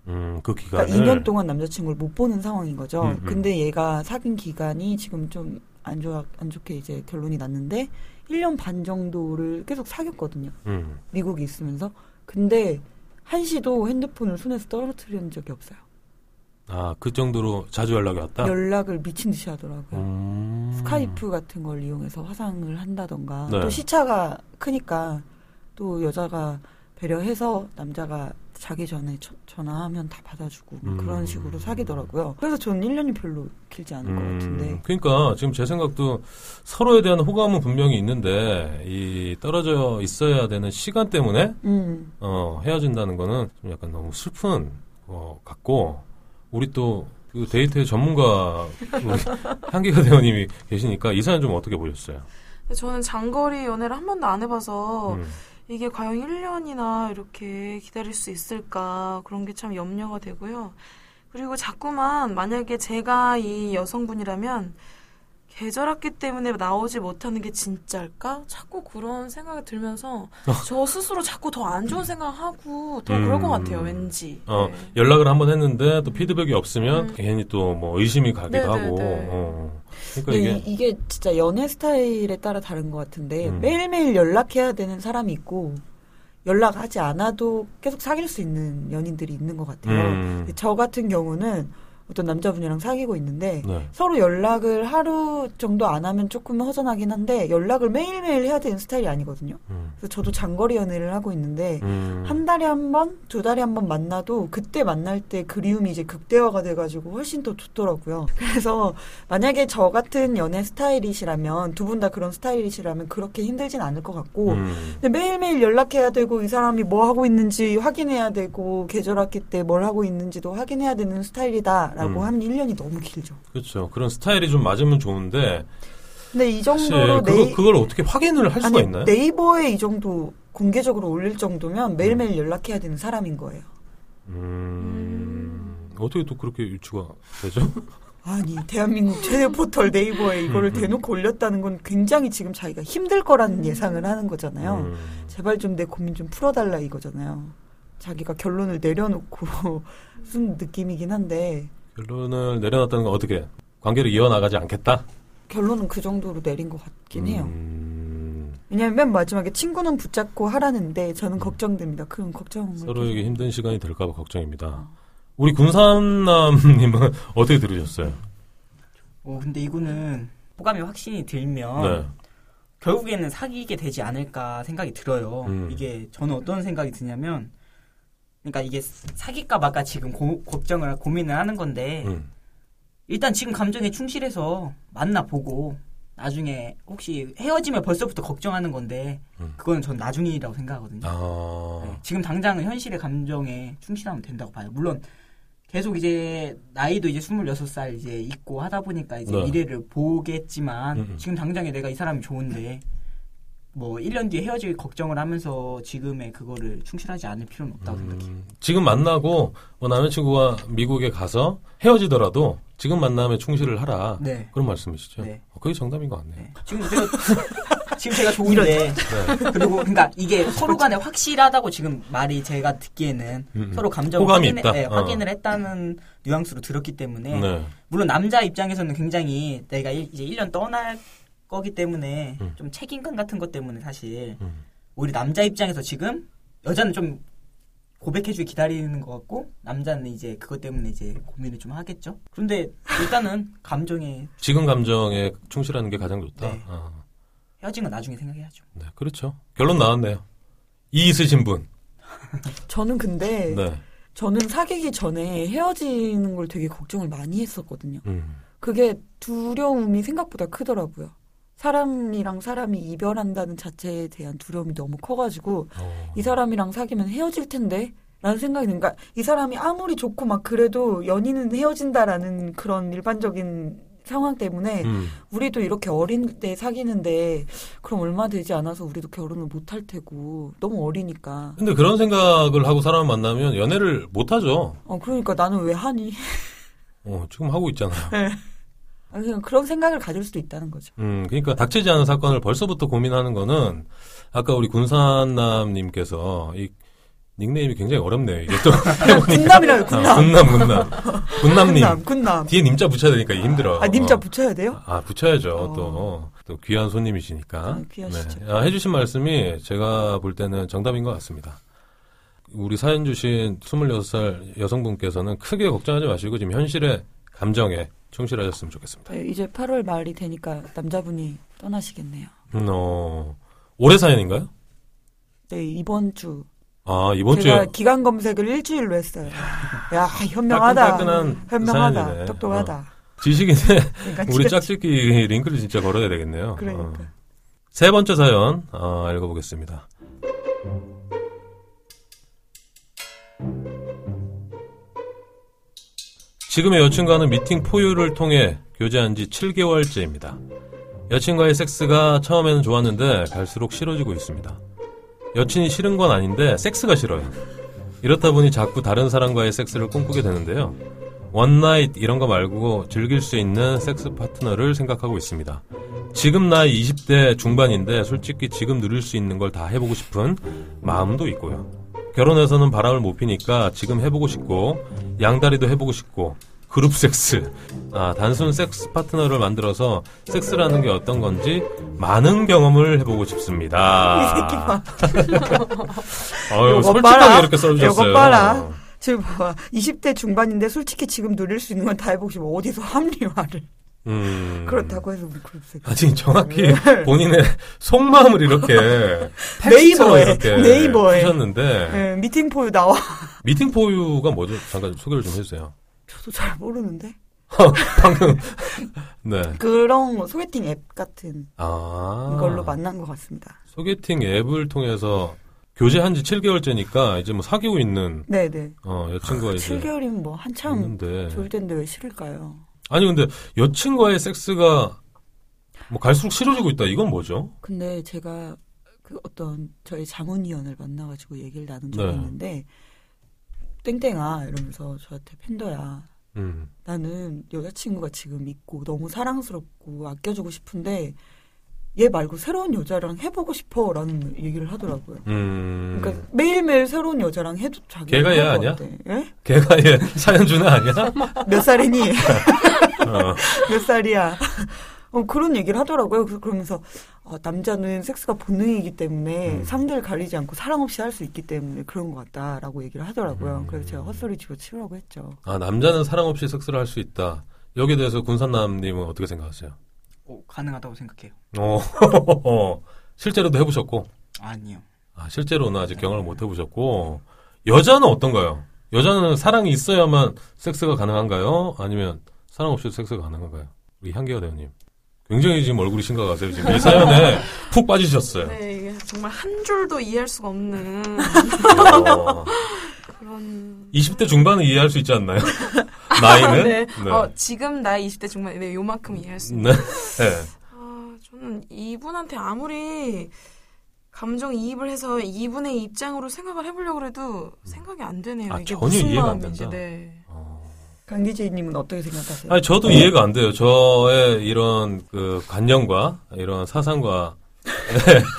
S1: 음, 그 기간을
S2: 그러니까 2년 동안 남자친구를 못 보는 상황인 거죠.
S1: 음, 음.
S2: 근데 얘가 사귄 기간이 지금 좀 안 좋아 안 좋게 이제 결론이 났는데 1년 반 정도를 계속 사귀었거든요.
S1: 음.
S2: 미국에 있으면서 근데 한시도 핸드폰을 손에서 떨어뜨린 적이 없어요.
S1: 아, 그 정도로 자주 연락이 왔다.
S2: 연락을 미친 듯이 하더라고요.
S1: 음.
S2: 스카이프 같은 걸 이용해서 화상을 한다던가
S1: 네.
S2: 또 시차가 크니까 또 여자가 배려해서 남자가 자기 전에 처- 전화하면 다 받아주고 뭐
S1: 음.
S2: 그런 식으로 사귀더라고요. 그래서 저는 1년이 별로 길지 않을
S1: 음.
S2: 것 같은데
S1: 그러니까 지금 제 생각도 서로에 대한 호감은 분명히 있는데 이 떨어져 있어야 되는 시간 때문에
S2: 음.
S1: 어, 헤어진다는 거는 좀 약간 너무 슬픈 것 같고, 우리 또, 그 데이트의 전문가, 우리 한기가 대원님이 계시니까 이 사연 좀 어떻게 보셨어요?
S3: 근데 저는 장거리 연애를 한 번도 안 해봐서
S1: 음,
S3: 이게 과연 1년이나 이렇게 기다릴 수 있을까 그런 게 참 염려가 되고요. 그리고 자꾸만 만약에 제가 이 여성분이라면 계절학기 때문에 나오지 못하는 게 진짜일까? 자꾸 그런 생각이 들면서 저 스스로 자꾸 더 안 좋은 생각하고 더 그럴 것
S1: 어. 음.
S3: 같아요, 왠지.
S1: 어,
S3: 네.
S1: 연락을 한번 했는데 또 피드백이 없으면
S3: 음.
S1: 괜히 또 뭐 의심이 가기도
S3: 네네네.
S1: 하고, 어. 그러니까
S2: 근데
S1: 이게,
S2: 이- 이게 진짜 연애 스타일에 따라 다른 것 같은데
S1: 음.
S2: 매일매일 연락해야 되는 사람이 있고 연락하지 않아도 계속 사귈 수 있는 연인들이 있는 것 같아요.
S1: 음.
S2: 근데 저 같은 경우는 어떤 남자분이랑 사귀고 있는데
S1: 네.
S2: 서로 연락을 하루 정도 안 하면 조금 허전하긴 한데 연락을 매일매일 해야 되는 스타일이 아니거든요.
S1: 음.
S2: 그래서 저도 장거리 연애를 하고 있는데
S1: 음.
S2: 한 달에 한 번, 두 달에 한 번 만나도 그때 만날 때 그리움이 이제 극대화가 돼가지고 훨씬 더 좋더라고요. 그래서 만약에 저 같은 연애 스타일이시라면 두 분 다 그런 스타일이시라면 그렇게 힘들진 않을 것 같고
S1: 음.
S2: 근데 매일매일 연락해야 되고 이 사람이 뭐 하고 있는지 확인해야 되고 계절 학기 때 뭘 하고 있는지도 확인해야 되는
S1: 음.
S2: 스타일이다라고 하면 1년이 너무 길죠.
S1: 그렇죠. 그런 스타일이 좀 맞으면 좋은데
S2: 근데 이
S1: 사실
S2: 정도로
S1: 그거,
S2: 어, 네이,
S1: 그걸 어떻게 확인을 할 수가
S2: 아니,
S1: 있나요?
S2: 네이버에 이 정도 공개적으로 올릴 정도면 매일매일 연락해야 되는 사람인 거예요.
S1: 음. 어떻게 또 그렇게 유추가 되죠?
S2: 아니 대한민국 최대 포털 네이버에 이거를
S1: 음, 음.
S2: 대놓고 올렸다는 건 굉장히 지금 자기가 힘들 거라는 예상을 하는 거잖아요.
S1: 음.
S2: 제발 좀 내 고민 좀 풀어달라 이거잖아요. 자기가 결론을 내려놓고 쓴 느낌이긴 한데
S1: 결론을 내려놨다는 건 어떻게? 관계를 이어나가지 않겠다?
S2: 결론은 그 정도로 내린 것 같긴 해요.
S1: 음.
S2: 왜냐면 맨 마지막에 친구는 붙잡고 하라는데 저는 걱정됩니다. 그럼 걱정을
S1: 서로에게 힘든 시간이 될까봐 걱정입니다. 우리 군산남님은 어떻게 들으셨어요?
S4: 어, 근데 이거는 호감이 확신이 들면
S1: 네.
S4: 결국에는 사귀게 되지 않을까 생각이 들어요.
S1: 음.
S4: 이게 저는 어떤 생각이 드냐면, 그러니까 이게 사귈까 말까 지금 고- 걱정을 고민을 하는 건데
S1: 음.
S4: 일단 지금 감정에 충실해서 만나보고 나중에 혹시 헤어지면 벌써부터 걱정하는 건데
S1: 음.
S4: 그거는 전 나중이라고 생각하거든요. 네,
S1: 아,
S4: 지금 당장은 현실의 감정에 충실하면 된다고 봐요. 물론 계속 이제 나이도 이제 26살 이제 있고 하다 보니까 이제
S1: 네.
S4: 미래를 보겠지만
S1: 음, 음.
S4: 지금 당장에 내가 이 사람이 좋은데 뭐 1년 뒤에 헤어질 걱정을 하면서 지금의 그거를 충실하지 않을 필요는 없다고 생각해요.
S1: 음. 지금 만나고 뭐 남자친구가 미국에 가서 헤어지더라도 지금 만남에 충실을 하라.
S4: 네.
S1: 그런 말씀이시죠?
S4: 네.
S1: 어, 그게 정답인 것 같네요.
S4: 네. 지금 제가 지금 제가 좋은데 네. 그리고 그러니까 이게 서로 간에 확실하다고 지금 말이 제가 듣기에는
S1: 음, 음.
S4: 서로 감정을
S1: 호감이
S4: 확인해-
S1: 있다.
S4: 네,
S1: 어.
S4: 확인을 했다는 뉘앙스로 들었기 때문에
S1: 네.
S4: 물론 남자 입장에서는 굉장히 내가 일- 이제 1년 떠날 거기 때문에
S1: 음.
S4: 좀 책임감 같은 것 때문에 사실
S1: 음.
S4: 우리 남자 입장에서 지금 여자는 좀 고백해주기 기다리는 것 같고 남자는 이제 그것 때문에 이제 고민을 좀 하겠죠. 그런데 일단은 감정에
S1: 지금 감정에 충실하는 게 가장 좋다.
S4: 네.
S1: 아,
S4: 헤어진 건 나중에 생각해야죠.
S1: 네, 그렇죠. 결론 나왔네요. 이 있으신 분.
S2: 저는 근데
S1: 네.
S2: 저는 사귀기 전에 헤어지는 걸 되게 걱정을 많이 했었거든요.
S1: 음.
S2: 그게 두려움이 생각보다 크더라고요. 사람이랑 사람이 이별한다는 자체에 대한 두려움이 너무 커가지고
S1: 어.
S2: 이 사람이랑 사귀면 헤어질 텐데 라는 생각이 드니까 이 사람이 아무리 좋고 막 그래도 연인은 헤어진다라는 그런 일반적인 상황 때문에
S1: 음.
S2: 우리도 이렇게 어린 때 사귀는데 그럼 얼마 되지 않아서 우리도 결혼을 못 할 테고 너무 어리니까
S1: 근데 그런 생각을 하고 사람을 만나면 연애를 못 하죠.
S2: 어 그러니까 나는 왜 하니
S1: 어, 지금 하고 있잖아요.
S2: 아, 그냥 그런 생각을 가질 수도 있다는 거죠.
S1: 음, 그러니까 닥치지 않은 사건을 벌써부터 고민하는 거는 아까 우리 군산남님께서 이 닉네임이 굉장히 어렵네요. 이게 또
S2: 군남이라요
S1: 아,
S2: 군남
S1: 군남 군남 군남님
S2: 군남 군남
S1: 뒤에 님자 붙여야 되니까 이게 힘들어.
S2: 아 님자
S1: 어.
S2: 붙여야 돼요?
S1: 아 붙여야죠
S2: 어.
S1: 또. 또 귀한 손님이시니까.
S2: 아, 귀하시죠.
S1: 아, 해주신 말씀이 제가 볼 때는 정답인 것 같습니다. 우리 사연 주신 26살 여성분께서는 크게 걱정하지 마시고 지금 현실의 감정에 충실하셨으면 좋겠습니다.
S2: 네, 이제 8월 말이 되니까 남자분이 떠나시겠네요.
S1: 음, 어, 올해 사연인가요?
S2: 네 이번 주
S1: 아 이번
S2: 제가
S1: 주에
S2: 기간 검색을 일주일로 했어요. 야 현명하다.
S1: 따끈따끈한
S2: 현명하다.
S1: 사연이네.
S2: 똑똑하다.
S1: 지식인의
S2: 그러니까
S1: 우리
S2: 진짜-
S1: 짝짓기 링크를 진짜 걸어야 되겠네요.
S2: 그러니까.
S1: 어. 세 번째 사연 어, 읽어보겠습니다. 지금의 여친과는 미팅 포유를 통해 교제한 지 7개월째입니다. 여친과의 섹스가 처음에는 좋았는데 갈수록 싫어지고 있습니다. 여친이 싫은 건 아닌데 섹스가 싫어요. 이렇다 보니 자꾸 다른 사람과의 섹스를 꿈꾸게 되는데요. 원나잇 이런 거 말고 즐길 수 있는 섹스 파트너를 생각하고 있습니다. 지금 나이 20대 중반인데 솔직히 지금 누릴 수 있는 걸 다 해보고 싶은 마음도 있고요. 결혼해서는 바람을 못 피니까 지금 해보고 싶고 양다리도 해보고 싶고 그룹 섹스, 아, 단순 섹스 파트너를 만들어서 섹스라는 게 어떤 건지 많은 경험을 해보고 싶습니다.
S2: 이 새끼 봐.
S1: 어유 아.
S2: 요거
S1: 어, 솔직하게
S2: 봐라.
S1: 이렇게 써주셨어요.
S2: 요거 봐라. 지금 봐봐. 20대 중반인데 솔직히 지금 누릴 수 있는 건 다 해보고 싶어. 어디서 합리화를.
S1: 음.
S2: 그렇다고 네. 해서 뭐 글쎄.
S1: 아니 정확히 본인의 속마음을 이렇게 텍스트로
S2: 네이버에,
S1: 이렇게
S2: 네이버에.
S1: 쓰셨는데
S2: 예, 미팅 포유 나와.
S1: 미팅 포유가 뭐죠? 잠깐 소개를 좀 해주세요.
S2: 저도 잘 모르는데.
S1: 방금 네.
S2: 그런 거, 소개팅 앱 같은
S1: 아
S2: 걸로 만난 것 같습니다.
S1: 소개팅 앱을 통해서 교제한 지 7개월째니까 이제 뭐 사귀고 있는
S2: 네네.
S1: 어 여친과 이제
S2: 7개월이면 뭐 한참
S1: 있는데
S2: 좋을 텐데 왜 싫을까요?
S1: 아니 근데 여친과의 섹스가 뭐 갈수록 싫어지고 있다. 이건 뭐죠?
S2: 근데 제가 그 어떤 저희 자문위원을 만나가지고 얘기를 나눈 적이
S1: 네.
S2: 있는데 땡땡아 이러면서 저한테 팬더야
S1: 음.
S2: 나는 여자친구가 지금 있고 너무 사랑스럽고 아껴주고 싶은데 얘 말고 새로운 여자랑 해보고 싶어라는 얘기를 하더라고요.
S1: 음.
S2: 그러니까 매일매일 새로운 여자랑 해도 자기
S1: 걔가 얘 아니야?
S2: 예?
S1: 걔가 얘 사연주는 아니야?
S2: 몇 살이니?
S1: 어.
S2: 몇 살이야? 어, 그런 얘기를 하더라고요. 그래서 그러면서 아, 남자는 섹스가 본능이기 때문에
S1: 음.
S2: 상대를 가리지 않고 사랑 없이 할 수 있기 때문에 그런 것 같다라고 얘기를 하더라고요.
S1: 음.
S2: 그래서 제가 헛소리 치고 치우라고 했죠.
S1: 아 남자는 사랑 없이 섹스를 할 수 있다. 여기에 대해서 군산남님은 어떻게 생각하세요?
S4: 어, 가능하다고 생각해요.
S1: 어, 실제로도 해보셨고,
S4: 아니요.
S1: 아, 실제로는 아직 경험을 못 해보셨고, 여자는 어떤가요? 여자는 사랑이 있어야만 섹스가 가능한가요? 아니면 사랑 없이도 섹스가 가능한가요? 우리 향기화 대원님. 굉장히 지금 얼굴이 심각하세요. 지금 이 사연에 푹 빠지셨어요.
S3: 네, 이게 정말 한 줄도 이해할 수가 없는
S1: 어,
S3: 그런.
S1: 20대 중반은 이해할 수 있지 않나요? 나이는?
S3: 네.
S1: 네.
S3: 어, 지금 나이 20대 중반, 네, 요만큼 이해할 수 있는.
S1: 네. 네.
S3: 아, 저는 이분한테 아무리 감정 이입을 해서 이분의 입장으로 생각을 해보려고 해도 생각이 안 되네요.
S1: 음. 아,
S3: 이게
S1: 전혀
S3: 무슨
S1: 이해가 안
S3: 마음인지.
S1: 된다.
S3: 네.
S2: 강 DJ님은 어떻게 생각하세요?
S1: 아니 저도 이해가 안 돼요. 저의 이런 그 관념과 이런 사상과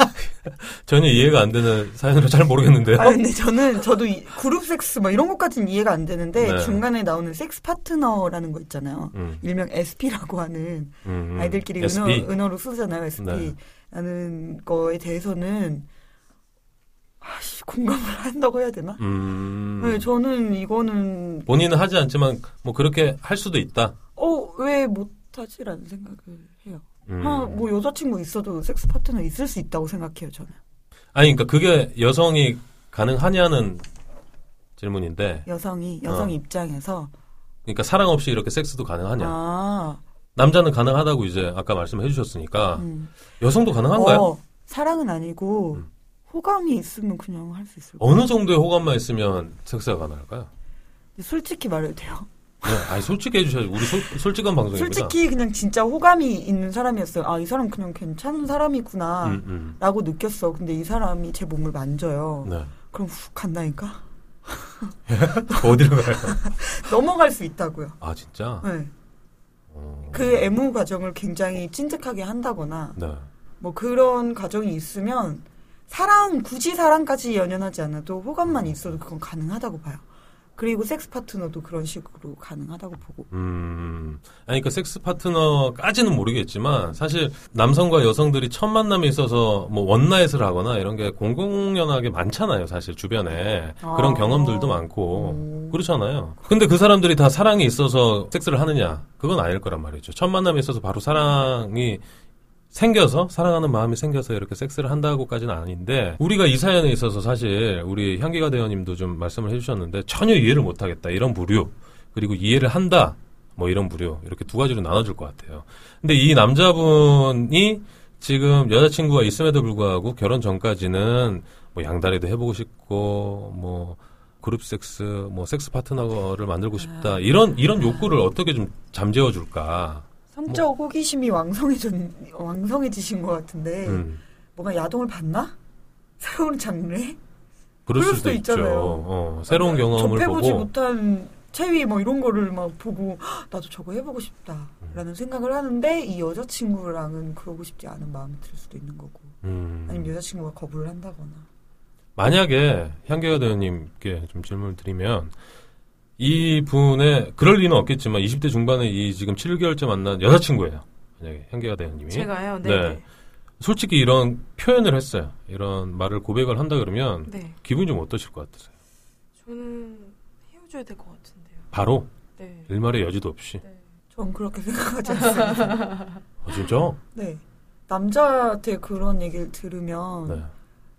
S1: 전혀 이해가 안 되는 사연으로 잘 모르겠는데요.
S2: 아 근데 저는 저도 이- 그룹 섹스 막 이런 것까지는 이해가 안 되는데
S1: 네.
S2: 중간에 나오는 섹스 파트너라는 거 있잖아요.
S1: 음,
S2: 일명 SP라고 하는
S1: 음, 네. 음.
S2: 아이들끼리
S1: SB.
S2: 은어, 은어로 쓰잖아요. SP라는 거에 대해서는 아씨 공감을 한다고 해야 되나?
S1: 음.
S2: 네, 저는 이거는
S1: 본인은 하지 않지만 뭐 그렇게 할 수도 있다.
S2: 어 왜 못하지라는 생각을 해요.
S1: 음.
S2: 아, 뭐 여자친구 있어도 섹스 파트너 있을 수 있다고 생각해요. 저는
S1: 아니 그러니까 그게 여성이 가능하냐는 질문인데,
S2: 여성이 여성
S1: 어.
S2: 입장에서
S1: 그러니까 사랑 없이 이렇게 섹스도 가능하냐?
S2: 아
S1: 남자는 가능하다고 이제 아까 말씀해 주셨으니까
S2: 음.
S1: 여성도 가능한가요?
S2: 어, 사랑은 아니고
S1: 음.
S2: 호감이 있으면 그냥 할 수 있을 거예요.
S1: 어느 정도의 호감만 있으면 섹스가 가능할까요?
S2: 솔직히 말해도 돼요.
S1: 네, 아니 솔직히 해주셔야죠. 우리 솔- 솔직한 방송입니다.
S2: 솔직히 그냥 진짜 호감이 있는 사람이었어요. 아 이 사람 그냥 괜찮은 사람이구나.
S1: 음,
S2: 라고 느꼈어. 근데 이 사람이 제 몸을 만져요.
S1: 음. 네.
S2: 그럼 훅 간다니까?
S1: 그 어디로 가요?
S2: 넘어갈 수 있다고요.
S1: 아 진짜?
S2: 네.
S1: 어,
S2: 그 애무 과정을 굉장히 찐득하게 한다거나
S1: 네.
S2: 뭐 그런 과정이 있으면 사랑 굳이 사랑까지 연연하지 않아도 호감만 있어도 그건 가능하다고 봐요. 그리고 섹스 파트너도 그런 식으로 가능하다고 보고.
S1: 음. 아니 그러니까 섹스 파트너까지는 모르겠지만 사실 남성과 여성들이 첫 만남에 있어서 뭐 원나잇을 하거나 이런 게 공공연하게 많잖아요. 사실 주변에 그런
S2: 아.
S1: 경험들도 많고
S2: 음.
S1: 그렇잖아요. 근데 그 사람들이 다 사랑이 있어서 섹스를 하느냐? 그건 아닐 거란 말이죠. 첫 만남에 있어서 바로 사랑이 생겨서 사랑하는 마음이 생겨서 이렇게 섹스를 한다고까지는 아닌데 우리가 이 사연에 있어서 사실 우리 향기가 대원님도 좀 말씀을 해주셨는데 전혀 이해를 못하겠다 이런 부류 그리고 이해를 한다 뭐 이런 부류 이렇게 두 가지로 나눠줄 것 같아요. 근데 이 남자분이 지금 여자친구가 있음에도 불구하고 결혼 전까지는 뭐 양다리도 해보고 싶고 뭐 그룹 섹스 뭐 섹스 파트너를 만들고
S2: 아.
S1: 싶다 이런 이런 욕구를 어떻게 좀 잠재워 줄까?
S2: 성적 호기심이 왕성해진 왕성해지신 것 같은데
S1: 음.
S2: 뭔가 야동을 봤나? 새로운 장르에
S1: 그럴,
S2: 그럴
S1: 수도
S2: 수도
S1: 있죠.
S2: 있잖아요.
S1: 어, 새로운 경험을
S2: 접해보지
S1: 보고
S2: 못한 체위 뭐 이런 거를 막 보고 "헉, 나도 저거 해보고 싶다라는
S1: 음.
S2: 생각을 하는데 이 여자친구랑은 그러고 싶지 않은 마음이 들 수도 있는 거고
S1: 음.
S2: 아니면 여자친구가 거부를 한다거나
S1: 만약에 향계여 대원님께 좀 질문을 드리면 이 분의 그럴 리는 없겠지만 20대 중반에 이 지금 7개월째 만난 여자친구예요. 만약에 향계여 대원님이
S3: 제가요,
S1: 네. 솔직히 이런 표현을 했어요. 이런 말을 고백을 한다 그러면
S3: 네. 네.
S1: 기분이 좀 어떠실 것 같으세요?
S3: 저는 헤어 해줘야 될 것 같은데요.
S1: 바로
S3: 네.
S1: 일말의 여지도 없이.
S2: 전 그렇게 생각하지 않습니다.
S1: 아, 진짜?
S2: 네. 남자한테 그런 얘기를 들으면
S1: 네.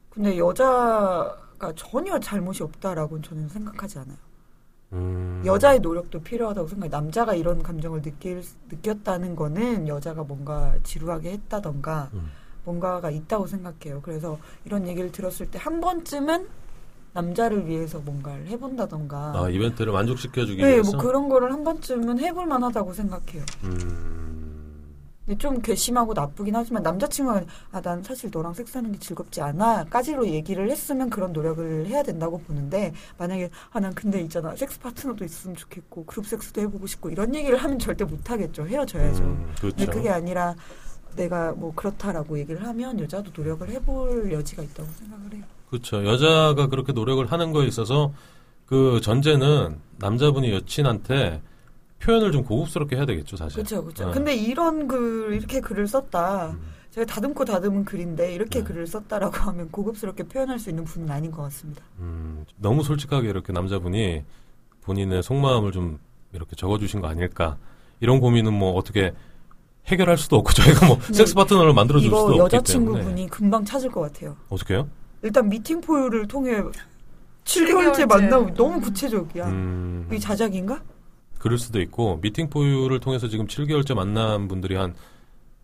S2: 근데 여자가 전혀 잘못이 없다라고 저는 생각하지 않아요.
S1: 음.
S2: 여자의 노력도 필요하다고 생각해. 요 남자가 이런 감정을 느낄 수- 느꼈다는 거는 여자가 뭔가 지루하게 했다던가
S1: 음.
S2: 뭔가가 있다고 생각해요. 그래서 이런 얘기를 들었을 때 한 번쯤은 남자를 위해서 뭔가를 해본다던가
S1: 아, 이벤트를 만족시켜주기
S2: 네,
S1: 위해서.
S2: 뭐 그런 거를 한 번쯤은 해볼 만하다고 생각해요.
S1: 음.
S2: 근데 좀 괘씸하고 나쁘긴 하지만 남자친구가 아 난 사실 너랑 섹스하는 게 즐겁지 않아까지로 얘기를 했으면 그런 노력을 해야 된다고 보는데 만약에 아 난 근데 있잖아 섹스 파트너도 있으면 좋겠고 그룹 섹스도 해보고 싶고 이런 얘기를 하면 절대 못하겠죠 헤어져야죠
S1: 음,
S2: 근데
S1: 그렇죠.
S2: 네, 그게 아니라 내가 뭐 그렇다라고 얘기를 하면 여자도 노력을 해볼 여지가 있다고 생각을 해요
S1: 그렇죠. 여자가 그렇게 노력을 하는 거에 있어서 그 전제는 남자분이 여친한테 표현을 좀 고급스럽게 해야 되겠죠, 사실.
S2: 그렇죠 그렇죠
S1: 네.
S2: 근데 이런 글 이렇게 글을 썼다
S1: 음.
S2: 제가 다듬고 다듬은 글인데 이렇게
S1: 네.
S2: 글을 썼다라고 하면 고급스럽게 표현할 수 있는 분은 아닌 것 같습니다
S1: 음, 너무 솔직하게 이렇게 남자분이 본인의 속마음을 좀 이렇게 적어주신 거 아닐까. 이런 고민은 뭐 어떻게 해결할 수도 없고 저희가 뭐 섹스 파트너를 만들어줄 수도
S2: 네. 이거
S1: 없기 때문에.
S2: 여자친구분이 금방 찾을 것 같아요.
S1: 어떻게 해요?
S2: 일단 미팅 포유를 통해
S3: 7개월째.
S2: 7개월째 만나고 너무 구체적이야.
S1: 음,
S2: 이게 자작인가?
S1: 그럴 수도 있고 미팅 포유를 통해서 지금 7개월째 만난 분들이 한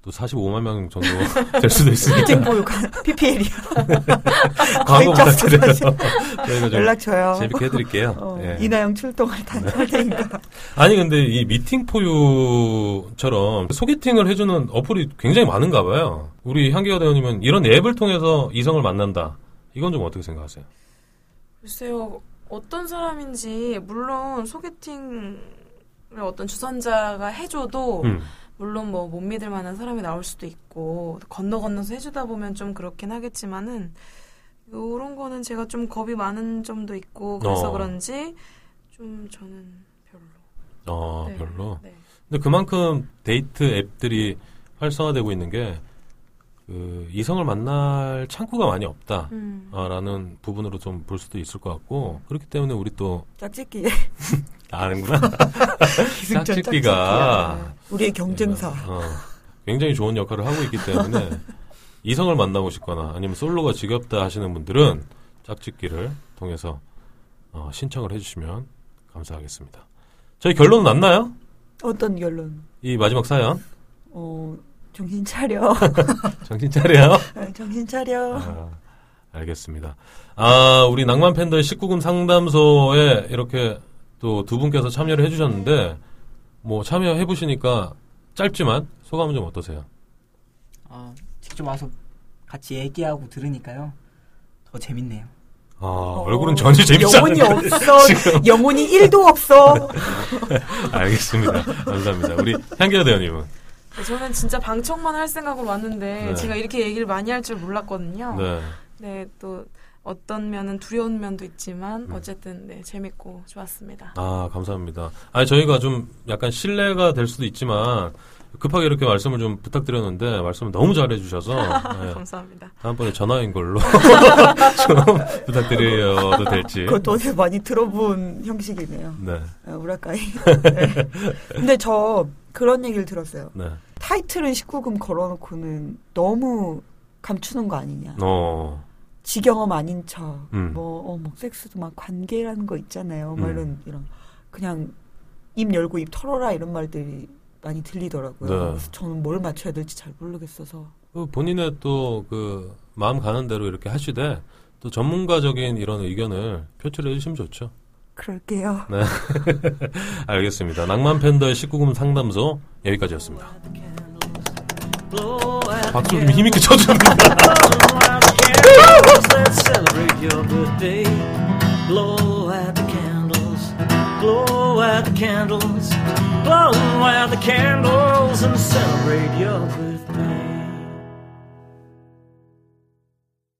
S1: 또 45만 명 정도 될 수도
S2: 미팅
S1: 있으니까
S2: 포유가 PPL이야.
S1: 광고
S2: 가입자 수가
S1: 부탁드려서 저희가 좀
S2: 연락줘요.
S1: 재밌게 해드릴게요.
S2: 어,
S1: 예.
S2: 이나영 출동할 단- 할 테니까.
S1: 아니 근데 이 미팅 포유처럼 소개팅을 해주는 어플이 굉장히 많은가 봐요. 우리 향기가 대원님은 이런 앱을 통해서 이성을 만난다. 이건 좀 어떻게 생각하세요?
S3: 글쎄요 어떤 사람인지 물론 소개팅을 어떤 주선자가
S2: 어.
S3: 해줘도
S1: 음.
S3: 물론 뭐 못 믿을 만한 사람이 나올 수도 있고 건너 건너서 해주다 보면 좀 그렇긴 하겠지만은 요런 거는 제가 좀 겁이 많은 점도 있고 그래서
S1: 어.
S3: 그런지 좀 저는 별로.
S1: 어
S3: 네.
S1: 별로.
S3: 네.
S1: 근데 그만큼 데이트 앱들이 활성화되고 있는 게 그, 이성을 만날 창구가 많이 없다.
S3: 음.
S1: 라는 부분으로 좀 볼 수도 있을 것 같고 그렇기 때문에 우리 또
S2: 짝짓기.
S1: 아는구나
S2: 기승전
S1: 짝짓기가
S2: 우리의 경쟁사.
S1: 어, 굉장히 좋은 역할을 하고 있기 때문에 이성을 만나고 싶거나 아니면 솔로가 지겹다 하시는 분들은 짝짓기를 통해서 어, 신청을 해주시면 감사하겠습니다. 저희 결론 났나요?
S2: 어떤 결론?
S1: 이 마지막 사연
S2: 어, 정신 차려.
S1: 정신 차려요.
S2: 정신 차려.
S1: 아, 알겠습니다. 아, 우리 낭만 팬들 19금 상담소에 이렇게 또 두 분께서 참여를 해주셨는데, 뭐 참여해보시니까 짧지만 소감은 좀 어떠세요?
S4: 아, 직접 와서 같이 얘기하고 들으니까요. 더 재밌네요.
S1: 아, 얼굴은 전혀 재밌지
S2: 어, 영혼이
S1: 않은데.
S2: 없어. 영혼이 1도 없어.
S1: 알겠습니다. 감사합니다. 우리 향기아 대원님은.
S3: 네, 저는 진짜 방청만 할 생각으로 왔는데
S1: 네.
S3: 제가 이렇게 얘기를 많이 할 줄
S2: 아.
S3: 몰랐거든요. 네.
S1: 네.
S3: 또 어떤 면은 두려운 면도 있지만
S1: 음.
S3: 어쨌든 네, 재밌고 좋았습니다.
S1: 아, 감사합니다. 아, 저희가 좀 약간 신뢰가 될 수도 있지만, 급하게 이렇게 말씀을 좀 부탁드렸는데, 말씀을 너무 잘해주셔서, 네,
S3: 감사합니다.
S1: 다음번에 전화인 걸로 좀 부탁드려도 될지.
S2: 그것도 어디서 많이 들어본 형식이네요.
S1: 네,
S2: 아, 우라카이. 네. 근데 저 그런 얘기를 들었어요.
S1: 네.
S2: 타이틀은 19금 걸어놓고는 너무 감추는 거 아니냐.
S1: 어,
S2: 지경험 아닌 척,
S1: 음.
S2: 뭐, 어, 뭐, 섹스도 막 관계라는 거 있잖아요. 막
S1: 음.
S2: 이런, 이런. 그냥 입 열고 입 털어라 이런 말들이 많이 들리더라고요.
S1: 네.
S2: 그래서 저는 뭘 맞춰야 될지 잘 모르겠어서.
S1: 그 본인의 또 그 마음 가는 대로 이렇게 하시되 또 전문가적인 이런 의견을 표출해 주시면 좋죠.
S2: 그럴게요.
S1: 알겠습니다. 낭만 팬더의 19금 상담소 여기까지였습니다. 박수 좀 힘있게 쳐주는데
S7: let's celebrate your good day. Blow out the candles, blow out the candles, blow out the candles and celebrate your birthday.